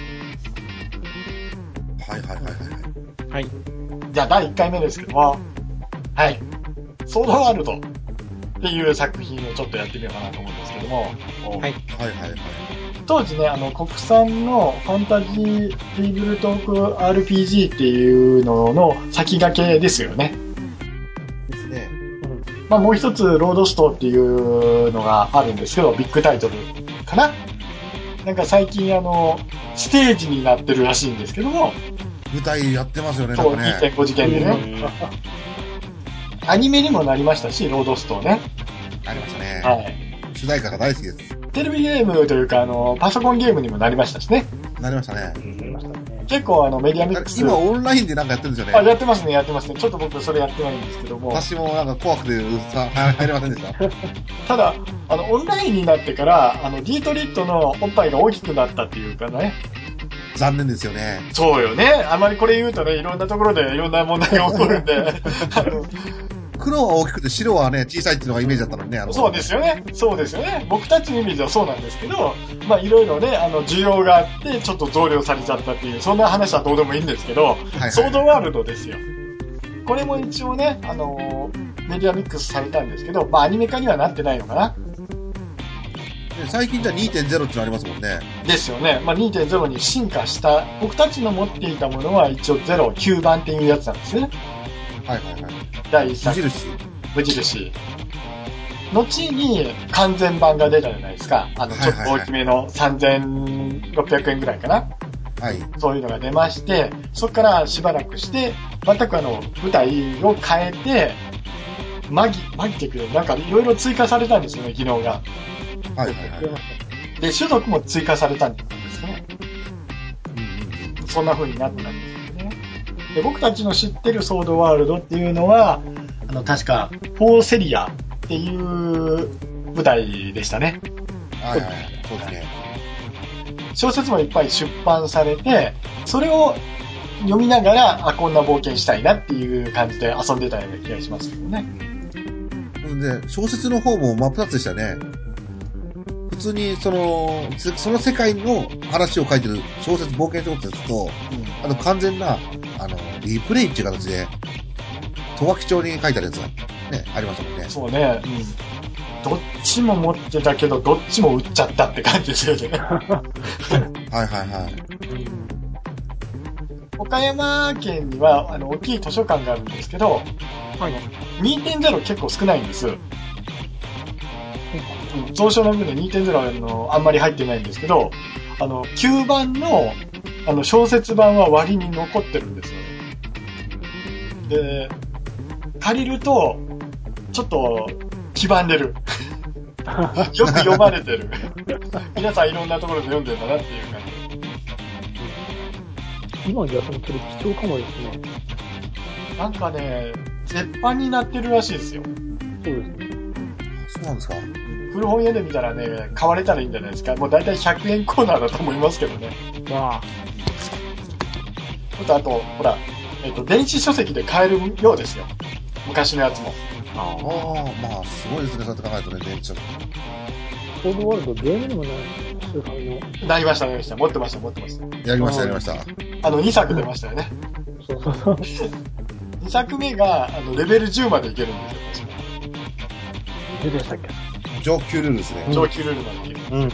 [SPEAKER 2] はいはいはいはいはい。
[SPEAKER 5] はい。
[SPEAKER 1] じゃあ第1回目ですけども、はい。ソードワールドっていう作品をちょっとやってみようかなと思うんですけども、
[SPEAKER 5] はい
[SPEAKER 2] はいはいはい。
[SPEAKER 1] 当時ね、あの、国産のファンタジーテーブルトーク RPG っていうのの先駆けですよね。
[SPEAKER 3] ですね。
[SPEAKER 1] まあもう一つ、ロードストっていうのがあるんですけど、ビッグタイトルかななんか最近あの、ステージになってるらしいんですけども、
[SPEAKER 2] 舞台やってますよね、なん
[SPEAKER 1] そう
[SPEAKER 2] かね。
[SPEAKER 1] 2.5次元でね、アニメにもなりましたし、ロードストね。
[SPEAKER 2] ありましたね。
[SPEAKER 1] はい。
[SPEAKER 2] 主題歌が大好きです。
[SPEAKER 1] テレビゲームというか、あの、パソコンゲームにもなりましたしね。
[SPEAKER 2] なりましたね。
[SPEAKER 4] ありましたね。
[SPEAKER 1] 結構あの、メディアミックス。
[SPEAKER 2] 今オンラインでなんかやってるんですよ
[SPEAKER 1] あ、
[SPEAKER 2] ね。
[SPEAKER 1] やってますね、やってますね。ちょっと僕それやってないんですけども。
[SPEAKER 2] 私もなんか怖くて、うっさ、入入れませんで
[SPEAKER 1] [laughs]
[SPEAKER 2] した。
[SPEAKER 1] ただ、あの、オンラインになってから、あの、ディートリットのおっぱいが大きくなったっていうかね。
[SPEAKER 2] 残念ですよね。
[SPEAKER 1] そうよね。あまりこれ言うとね、いろんなところでいろんな問題が起こるん
[SPEAKER 2] [laughs]
[SPEAKER 1] で。あ
[SPEAKER 2] 黒は大きくて白はね、小さいっていうのがイメージだったのにね、あ
[SPEAKER 1] の
[SPEAKER 2] の、
[SPEAKER 1] そうですよね。そうですよね。僕たちのイメージはそうなんですけど、まあ、いろいろね、あの、需要があって、ちょっと増量されちゃったっていう、そんな話はどうでもいいんですけど、
[SPEAKER 2] はいはい
[SPEAKER 1] ソードワールドですよ。これも一応ね、あのーメディアミックスされたんですけど、まあアニメ化にはなってないのかな
[SPEAKER 2] ね最近じゃ2.0っていうのありますもんね。
[SPEAKER 1] ですよね。まあ2.0に進化した、僕たちの持っていたものは一応0、9番っていうやつなんですね。
[SPEAKER 2] はいはいはい。
[SPEAKER 1] 第1
[SPEAKER 2] 無
[SPEAKER 1] 作、
[SPEAKER 2] 印。
[SPEAKER 1] 無印。後に完全版が出たじゃないですか。あの、ちょっと大きめの3600円ぐらいかな。
[SPEAKER 2] はい。
[SPEAKER 1] そういうのが出まして、そこからしばらくして、全くあの、舞台を変えて、マギ、マギテクで、なんかいろいろ追加されたんですよね、技能が。
[SPEAKER 2] はいはいはい。
[SPEAKER 4] 増えま
[SPEAKER 2] う
[SPEAKER 4] したね
[SPEAKER 1] で、種族も追加されたんですね。
[SPEAKER 2] ん
[SPEAKER 1] そんな風になってたんですよね。で、僕たちの知ってるソードワールドっていうのは、あの、確か、フォーセリアっていう舞台でしたね。
[SPEAKER 2] うん。はいはいはい。そうですね。
[SPEAKER 1] 小説もいっぱい出版されて、それを読みながら、あ、こんな冒険したいなっていう感じで遊んでたような気がしますけどね。
[SPEAKER 2] ほんで、小説の方も真っ二つでしたね。普通にその、せその世界の話を書いてる小説、冒険小説と、あと完全な、あの、リプレイっていう形で、戸脇町に書いてあるやつが、ね、ありましたもんね。
[SPEAKER 1] そうね、どっちも持ってたけど、どっちも売っちゃったって感じですよね。
[SPEAKER 2] はいはいはい。
[SPEAKER 1] 岡山県には、あの、大きい図書館があるんですけど、
[SPEAKER 5] はい。
[SPEAKER 1] 2.0結構少ないんです。蔵書の部分で2.0はあのあんまり入ってないんですけど、あの、9番のあの小説版は割に残ってるんですよね。で、借りると、ちょっと、黄ばん
[SPEAKER 5] [laughs]
[SPEAKER 1] でる。よく読まれてる。皆さんいろんなところで読んでるんだなっていう感じ。
[SPEAKER 4] 今逆にそれ貴重かもですね。
[SPEAKER 1] なんかね、絶版になってるらしいですよ。
[SPEAKER 4] そうですね。
[SPEAKER 2] そうなんですか。
[SPEAKER 1] 古本屋で見たらね、買われたらいいんじゃないですか。もう大体100円コーナーだと思いますけどね。
[SPEAKER 5] わあ。
[SPEAKER 1] あと、あと、ほら、えっ、と、電子書籍で買えるようですよ。昔のやつも。
[SPEAKER 2] ああ、まあ、すごいですね。そうやって考えるとね、電池は
[SPEAKER 4] ソードワールドゲームにもなるんですよ、通販の。
[SPEAKER 1] なりました、なりました。持ってました、持ってました。
[SPEAKER 2] やりました、やりました。
[SPEAKER 1] あの、2作出ましたよね。
[SPEAKER 4] そうそうそう。
[SPEAKER 1] 2作目が、あの、レベル10までいけるんですよ、確か
[SPEAKER 4] 出てましたっけ
[SPEAKER 2] 上級ルールですね。
[SPEAKER 1] 上級ルールまでいける。
[SPEAKER 3] うん。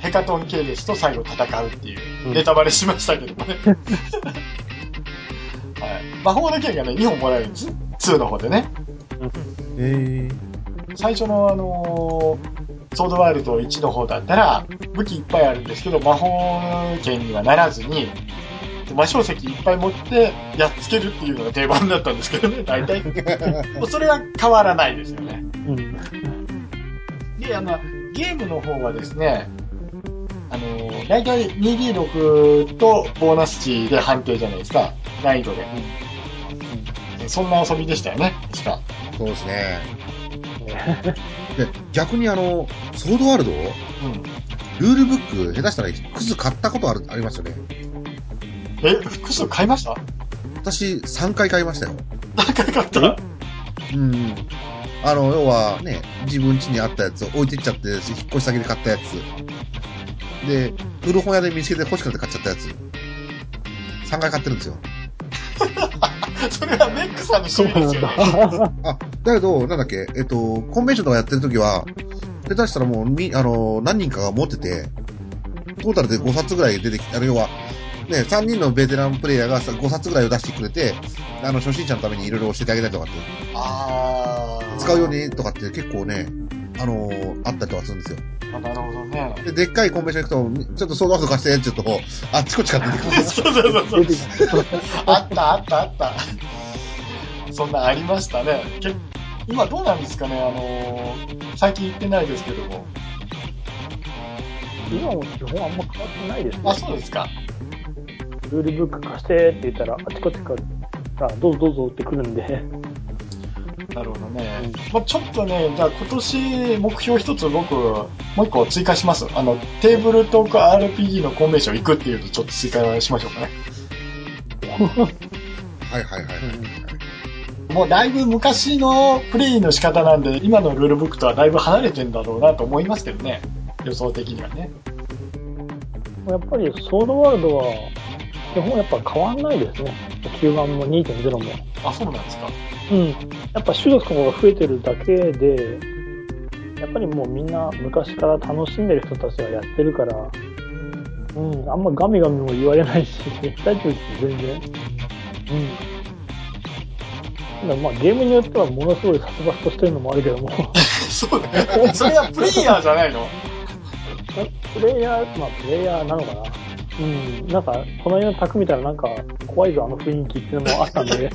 [SPEAKER 1] ヘカトン系列と最後戦うっていうう、
[SPEAKER 3] ん
[SPEAKER 1] ネタバレしましたけど
[SPEAKER 3] [laughs]
[SPEAKER 1] ね。はい。魔法の剣がね、2本もらえるんです。2の方でね。
[SPEAKER 2] え
[SPEAKER 1] 最初のあのーソードワールド1の方だったら、武器いっぱいあるんですけど、魔法剣にはならずに、魔晶石いっぱい持って、やっつけるっていうのが定番だったんですけど [laughs] ね、大体。もうそれは変わらないですよね。
[SPEAKER 4] うん。
[SPEAKER 1] で、あの、ゲームの方はですね、あのー、大体 2D6 とボーナス値で判定じゃないですか、難易度で。うんそんな遊びでしたよね、確か。
[SPEAKER 2] ー、そうです [laughs] ね。で、逆にあの、ソードワールドを
[SPEAKER 1] うん。
[SPEAKER 2] ルールブック、下手したら複数買ったことある、ありますよね。
[SPEAKER 1] え、複数買いました
[SPEAKER 2] 私、3回買いましたよ。
[SPEAKER 1] [laughs] 何回買った
[SPEAKER 2] うん。あの、要はね、自分家にあったやつを置いてっちゃって、引っ越し先で買ったやつ。で、古本屋で見つけて欲しくなって買っちゃったやつ。3回買ってるんですよ。
[SPEAKER 1] それはメックさんの趣味ですよね。
[SPEAKER 2] あ、だけど、なんだっけ、えっと、コンベンションとかやってる時は、下手したらもう、み、あの、何人かが持ってて、トータルで5冊ぐらい出てきて、あの、要は、ね、3人のベテランプレイヤーがさ5冊ぐらいを出してくれて、あの、初心者のためにいろいろ教えてあげたりとかって、
[SPEAKER 1] ああ。
[SPEAKER 2] 使うようにとかって結構ね、あのあったりとかするんですよ。
[SPEAKER 1] あ。なるほどね。
[SPEAKER 2] で、でっかいコンベンション行くと、ちょっとソードアート貸して、ちょっとこう、あっちこっち買って出てくる。
[SPEAKER 1] そうそうそうそ
[SPEAKER 4] 出
[SPEAKER 1] う。
[SPEAKER 4] てきた。
[SPEAKER 1] あったあったあった。そんなんありましたね。け今どうなんですかね、あのー最近行ってないですけども。
[SPEAKER 4] 今も基本あんま変わってないですね
[SPEAKER 1] あ、。そうですか。
[SPEAKER 4] ルールブック貸してって言ったら、あちこちから、どうぞどうぞって来るんで。
[SPEAKER 1] なるほどね。まあ、ちょっとね、じゃあ今年目標一つ僕、もう一個追加します。あの、テーブルトーク RPG のコンベンション行くっていうとちょっと追加しましょうかね。
[SPEAKER 2] はいはいはいはいはい。
[SPEAKER 1] もうだいぶ昔のプレイの仕方なんで、今のルールブックとはだいぶ離れてんだろうなと思いますけどね。予想的にはね。
[SPEAKER 4] やっぱりソードワールドは、基本やっぱ変わんないですね。9番も2.0も。
[SPEAKER 1] あ、そうなんですか。
[SPEAKER 4] うん。やっぱ種族が増えてるだけで、やっぱりもうみんな昔から楽しんでる人たちがやってるから、うん、あんまガミガミも言われないし、 [laughs] 大丈夫です、全然。うん。ただまあゲームによってはものすごい殺伐としてるのもあるけども、
[SPEAKER 1] そうね。それはプレイヤーじゃないの
[SPEAKER 4] プレイヤー、まあプレイヤーなのかな。うん、なんか、この間の卓見たらなんか、怖いぞ、あの雰囲気っていうのもあったんで。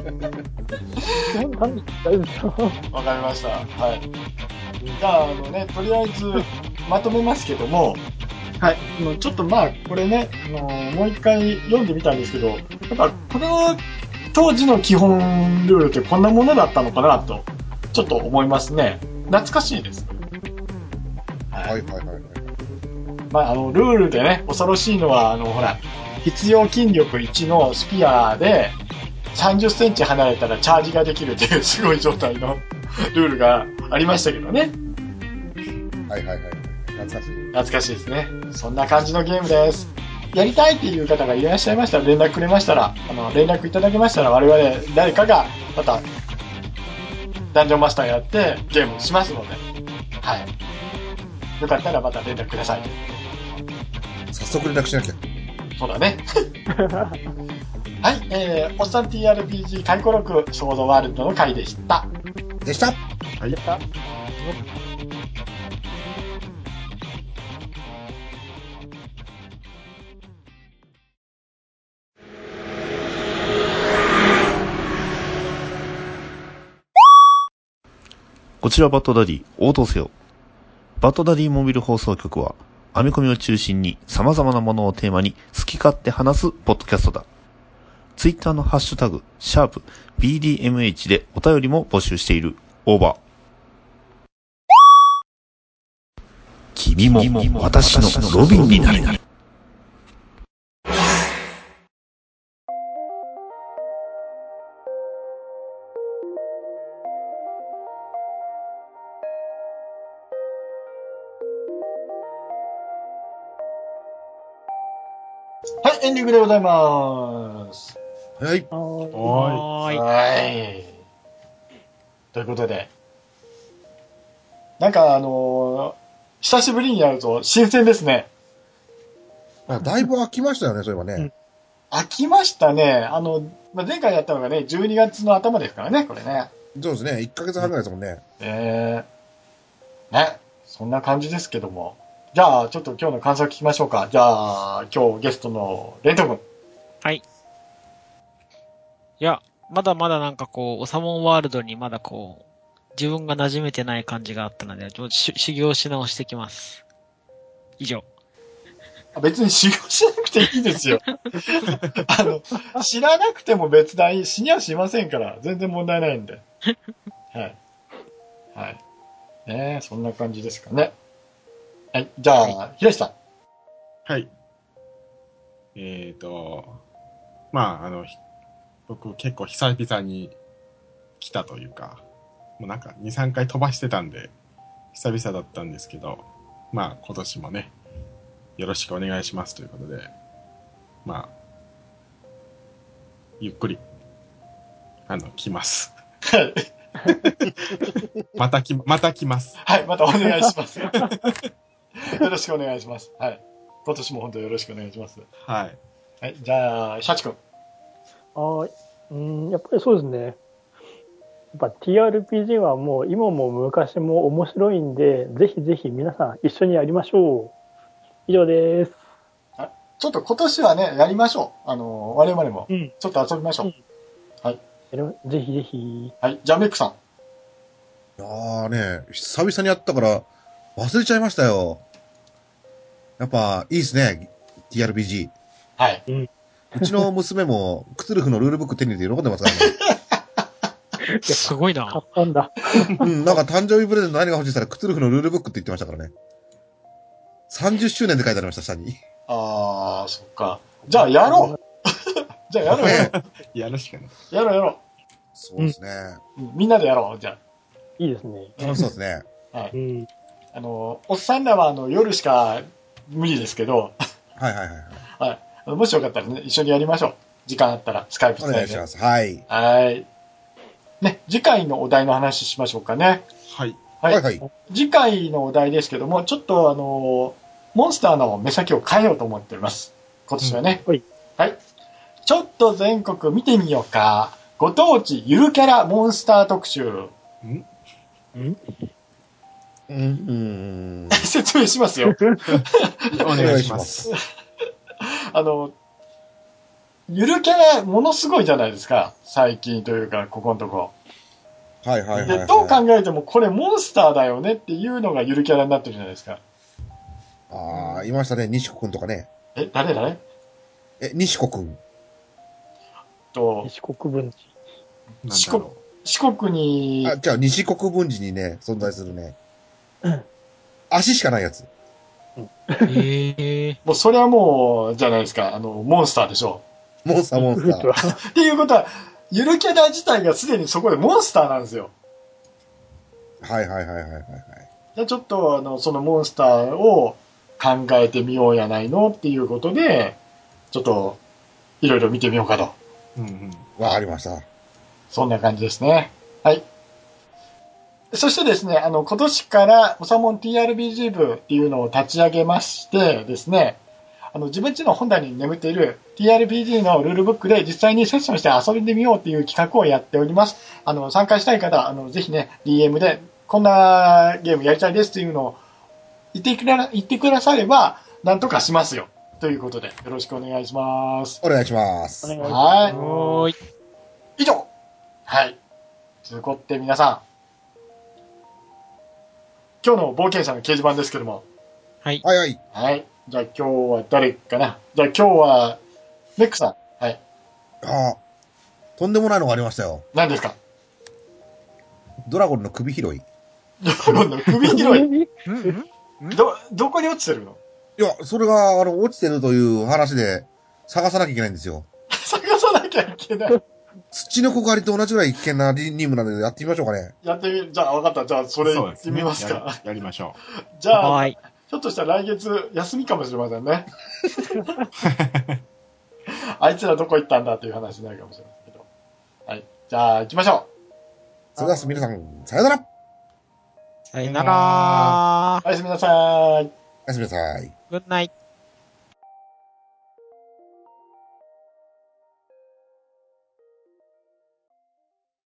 [SPEAKER 4] [laughs] 基本楽しい大丈夫ですよ。
[SPEAKER 1] わかりました。はい。じゃあ、あのね、とりあえず、まとめますけども、
[SPEAKER 5] はい。
[SPEAKER 1] あのちょっとまあ、これね、あのもう一回読んでみたんですけど、やっぱ、これは、当時の基本ルールってこんなものだったのかなと、ちょっと思いますね。懐かしいです。
[SPEAKER 2] はいはいはいはい。
[SPEAKER 1] まあ、あの、ルールでね、恐ろしいのは、あの、ほら、必要筋力1のスピアで、30センチ離れたらチャージができるっていうすごい状態のルールがありましたけどね。
[SPEAKER 2] はいはいはい。懐かしい。
[SPEAKER 1] 懐かしいですね。そんな感じのゲームです。やりたいっていう方がいらっしゃいましたら、連絡くれましたら、あの、連絡いただけましたら、我々誰かが、また、ダンジョンマスターやってゲームしますので、はい。よかったらまた連絡ください。
[SPEAKER 2] 早速連絡しなきゃ。
[SPEAKER 1] そうだね。はい、えー、おっさん TRPG 回顧録、ソードワールドの回でした。
[SPEAKER 2] でした
[SPEAKER 3] はい。
[SPEAKER 7] こちらバットダディ、応答せよ。バットダディモビル放送局は、編み込みを中心に様々なものをテーマに好き勝手話すポッドキャストだ。ツイッターのハッシュタグ、シャープ BDMH でお便りも募集している。オーバー。君も私のロビンになれ。
[SPEAKER 1] はい、エンディングでございます。
[SPEAKER 2] はい。
[SPEAKER 4] は
[SPEAKER 3] は
[SPEAKER 5] はい。
[SPEAKER 1] はい。ということで、なんかあのー久しぶりにやると新鮮ですね。
[SPEAKER 2] あ、だいぶ飽きましたよね、そういえばね。
[SPEAKER 1] 飽きましたね。あの、まあ、前回やったのがね、12月の頭ですからね、これね。
[SPEAKER 2] そうですね。1ヶ月半ぐらいですもんね。
[SPEAKER 1] えー、ね、そんな感じですけども。じゃあ、ちょっと今日の感想聞きましょうか。じゃあ、今日ゲストのレント君。
[SPEAKER 5] いや、まだまだなんかこう、オサモンワールドにまだこう、自分が馴染めてない感じがあったので、ちょし修行し直してきます。以上。
[SPEAKER 1] あ別に修行しなくていいですよ。 [laughs] あの、知らなくても別段いい死にはしませんから、全然問題ないんで。はい。はい。ねえ、そんな感じですかね。はい。じゃあ、ひらしさん。
[SPEAKER 3] はい。えっ、と、まあ、あの、ひ僕結構久々に来たというか、もうなんか2、3回飛ばしてたんで、久々だったんですけど、まあ今年もね、よろしくお願いしますということで、まあ、ゆっくり、あの、来ます。
[SPEAKER 1] はい。
[SPEAKER 3] また来、また来ます。
[SPEAKER 1] はい、またお願いします。 [laughs] よろしくお願いします。はい。今年も本当よろしくお願いします。
[SPEAKER 3] はい。
[SPEAKER 1] はい。じゃあ、シャチ君。
[SPEAKER 4] ーい。うん、やっぱりそうですね。やっぱ TRPG はもう今も昔も面白いんで、ぜひぜひ皆さん一緒にやりましょう。以上です。
[SPEAKER 1] ちょっと今年はね、やりましょう。あの、我々も。
[SPEAKER 4] うん
[SPEAKER 1] ちょっと遊びましょう。
[SPEAKER 4] うんやりまぜひぜひ。
[SPEAKER 1] はい。じゃあ、メックさん。
[SPEAKER 2] いやーね、久々にやったから忘れちゃいましたよ。やっぱ、いいですね。TRPG。
[SPEAKER 1] はい。
[SPEAKER 2] うちの娘も、 [laughs] クツルフのルールブック手に入れて喜んでますからね。
[SPEAKER 5] すごい
[SPEAKER 4] 買
[SPEAKER 5] な。
[SPEAKER 4] ったんだ。
[SPEAKER 1] [laughs]
[SPEAKER 2] うん、なんか誕生日プレゼント何が欲しいって言ったら、クツルフのルールブックって言ってましたからね。30周年で書いてありました、下に。
[SPEAKER 1] あー、そっか。じゃあやろう [laughs] じゃあやろうよ。
[SPEAKER 3] やるしかない。
[SPEAKER 1] やろうやろ
[SPEAKER 2] そうですね。
[SPEAKER 1] う。うんみんなでやろう、じゃ
[SPEAKER 4] いいですね。。
[SPEAKER 2] 楽しそうですね。
[SPEAKER 1] あ。はいう
[SPEAKER 4] ん。
[SPEAKER 1] あの、おっさんらはあの夜しか無理ですけど、 [laughs]
[SPEAKER 2] はいはいはい。
[SPEAKER 1] はい。あのもしよかったらね、一緒にやりましょう。時間あったら、スカイプ
[SPEAKER 2] お
[SPEAKER 1] 使
[SPEAKER 2] 願
[SPEAKER 1] え
[SPEAKER 2] いし
[SPEAKER 1] で
[SPEAKER 2] ま。す。はい。
[SPEAKER 1] はい。ね、次回のお題の話しましょうかね。
[SPEAKER 3] はい。
[SPEAKER 1] は。
[SPEAKER 2] はいいはい。
[SPEAKER 1] 次回のお題ですけども、ちょっとあの、モンスターの目先を変えようと思っております。今年はね。
[SPEAKER 4] うんはい。
[SPEAKER 1] はい。ちょっと全国見てみようか。ご当地ゆるキャラモンスター特集。
[SPEAKER 3] ん
[SPEAKER 2] うんうん。
[SPEAKER 1] 説明します
[SPEAKER 2] [laughs]
[SPEAKER 1] よ。
[SPEAKER 3] お願いします。
[SPEAKER 1] あの、ゆるキャラものすごいじゃないですか。最近というか、ここのとこ。
[SPEAKER 2] はいはいはいは
[SPEAKER 1] で、
[SPEAKER 2] い。
[SPEAKER 1] どう考えてもこれモンスターだよねっていうのがゆるキャラになってるじゃないですか。
[SPEAKER 2] ああ、いましたね。西子くんとかね。
[SPEAKER 1] え、誰誰
[SPEAKER 2] え、西子くん。
[SPEAKER 1] と、
[SPEAKER 4] 四国分地。
[SPEAKER 3] なんだろ
[SPEAKER 1] 四国に、
[SPEAKER 2] あ、じゃあ西国分寺にね、存在するね。足しかないやつ。
[SPEAKER 5] へえ。
[SPEAKER 1] もうそれはもう、じゃないですか、あの、モンスターでしょ
[SPEAKER 2] モンスターモン
[SPEAKER 4] ウル
[SPEAKER 2] ス
[SPEAKER 4] ト [laughs]
[SPEAKER 2] ター
[SPEAKER 4] ラ。。
[SPEAKER 1] う。っていうことは、ゆるキャラ自体がすでにそこでモンスターなんですよ。
[SPEAKER 2] はいはいはいはいはいはい。
[SPEAKER 1] じゃあちょっとあのそのモンスターを考えてみようやないのっていうことで、ちょっといろいろ見てみようかと。
[SPEAKER 3] うんうん。
[SPEAKER 2] わかりました。
[SPEAKER 1] そんな感じですね。はい。そしてですね、あの、今年から、おさもん TRBG 部っていうのを立ち上げましてですね、あの、自分ちの本棚に眠っている TRBG のルールブックで実際にセッションして遊んでみようっていう企画をやっております。あの、参加したい方、あの、ぜひね、DM で、こんなゲームやりたいですっていうのを言ってくれ、言ってくだされば、なんとかしますよ。ということで、よろしくお願いします。
[SPEAKER 2] お願いします。
[SPEAKER 4] お願いし
[SPEAKER 1] はい。
[SPEAKER 5] おーい。
[SPEAKER 1] 以上はい。ということで皆さん、今日の冒険者の掲示板ですけども、
[SPEAKER 5] はい。
[SPEAKER 2] はいはい。
[SPEAKER 1] はい。じゃあ今日は誰かなじゃあ今日は、メックさん。はい。
[SPEAKER 2] あーとんでもないのがありましたよ。
[SPEAKER 1] 何ですか
[SPEAKER 2] ドラゴンの首拾い。い
[SPEAKER 1] ドラゴンの首 [laughs]
[SPEAKER 4] [laughs]
[SPEAKER 1] 広い。
[SPEAKER 5] うんうん
[SPEAKER 1] ど、どこに落ちてるの
[SPEAKER 2] や、それが、あの、落ちてるという話で探さなきゃいけないんですよ。
[SPEAKER 1] 探さなきゃいけない。
[SPEAKER 2] 土の小狩りと同じぐらい危険な任務なんでやってみましょうかね。
[SPEAKER 1] やってみ、じゃあ分かった。じゃあそれ
[SPEAKER 3] そう
[SPEAKER 1] 行
[SPEAKER 3] で
[SPEAKER 1] ってみます
[SPEAKER 3] や
[SPEAKER 1] か。
[SPEAKER 3] りやりましょ
[SPEAKER 1] じゃあ、
[SPEAKER 5] はい。
[SPEAKER 1] ひょっとしたら来月休みかもしれません [laughs] ね。あいつらどこ行ったんだという話になるかもしれませんけど。はい。じゃあ行きましょう。
[SPEAKER 2] それでは皆さん、さよなら
[SPEAKER 5] さよなら
[SPEAKER 1] おやすみなさい。
[SPEAKER 2] おやすみなさい。
[SPEAKER 5] グッナイ。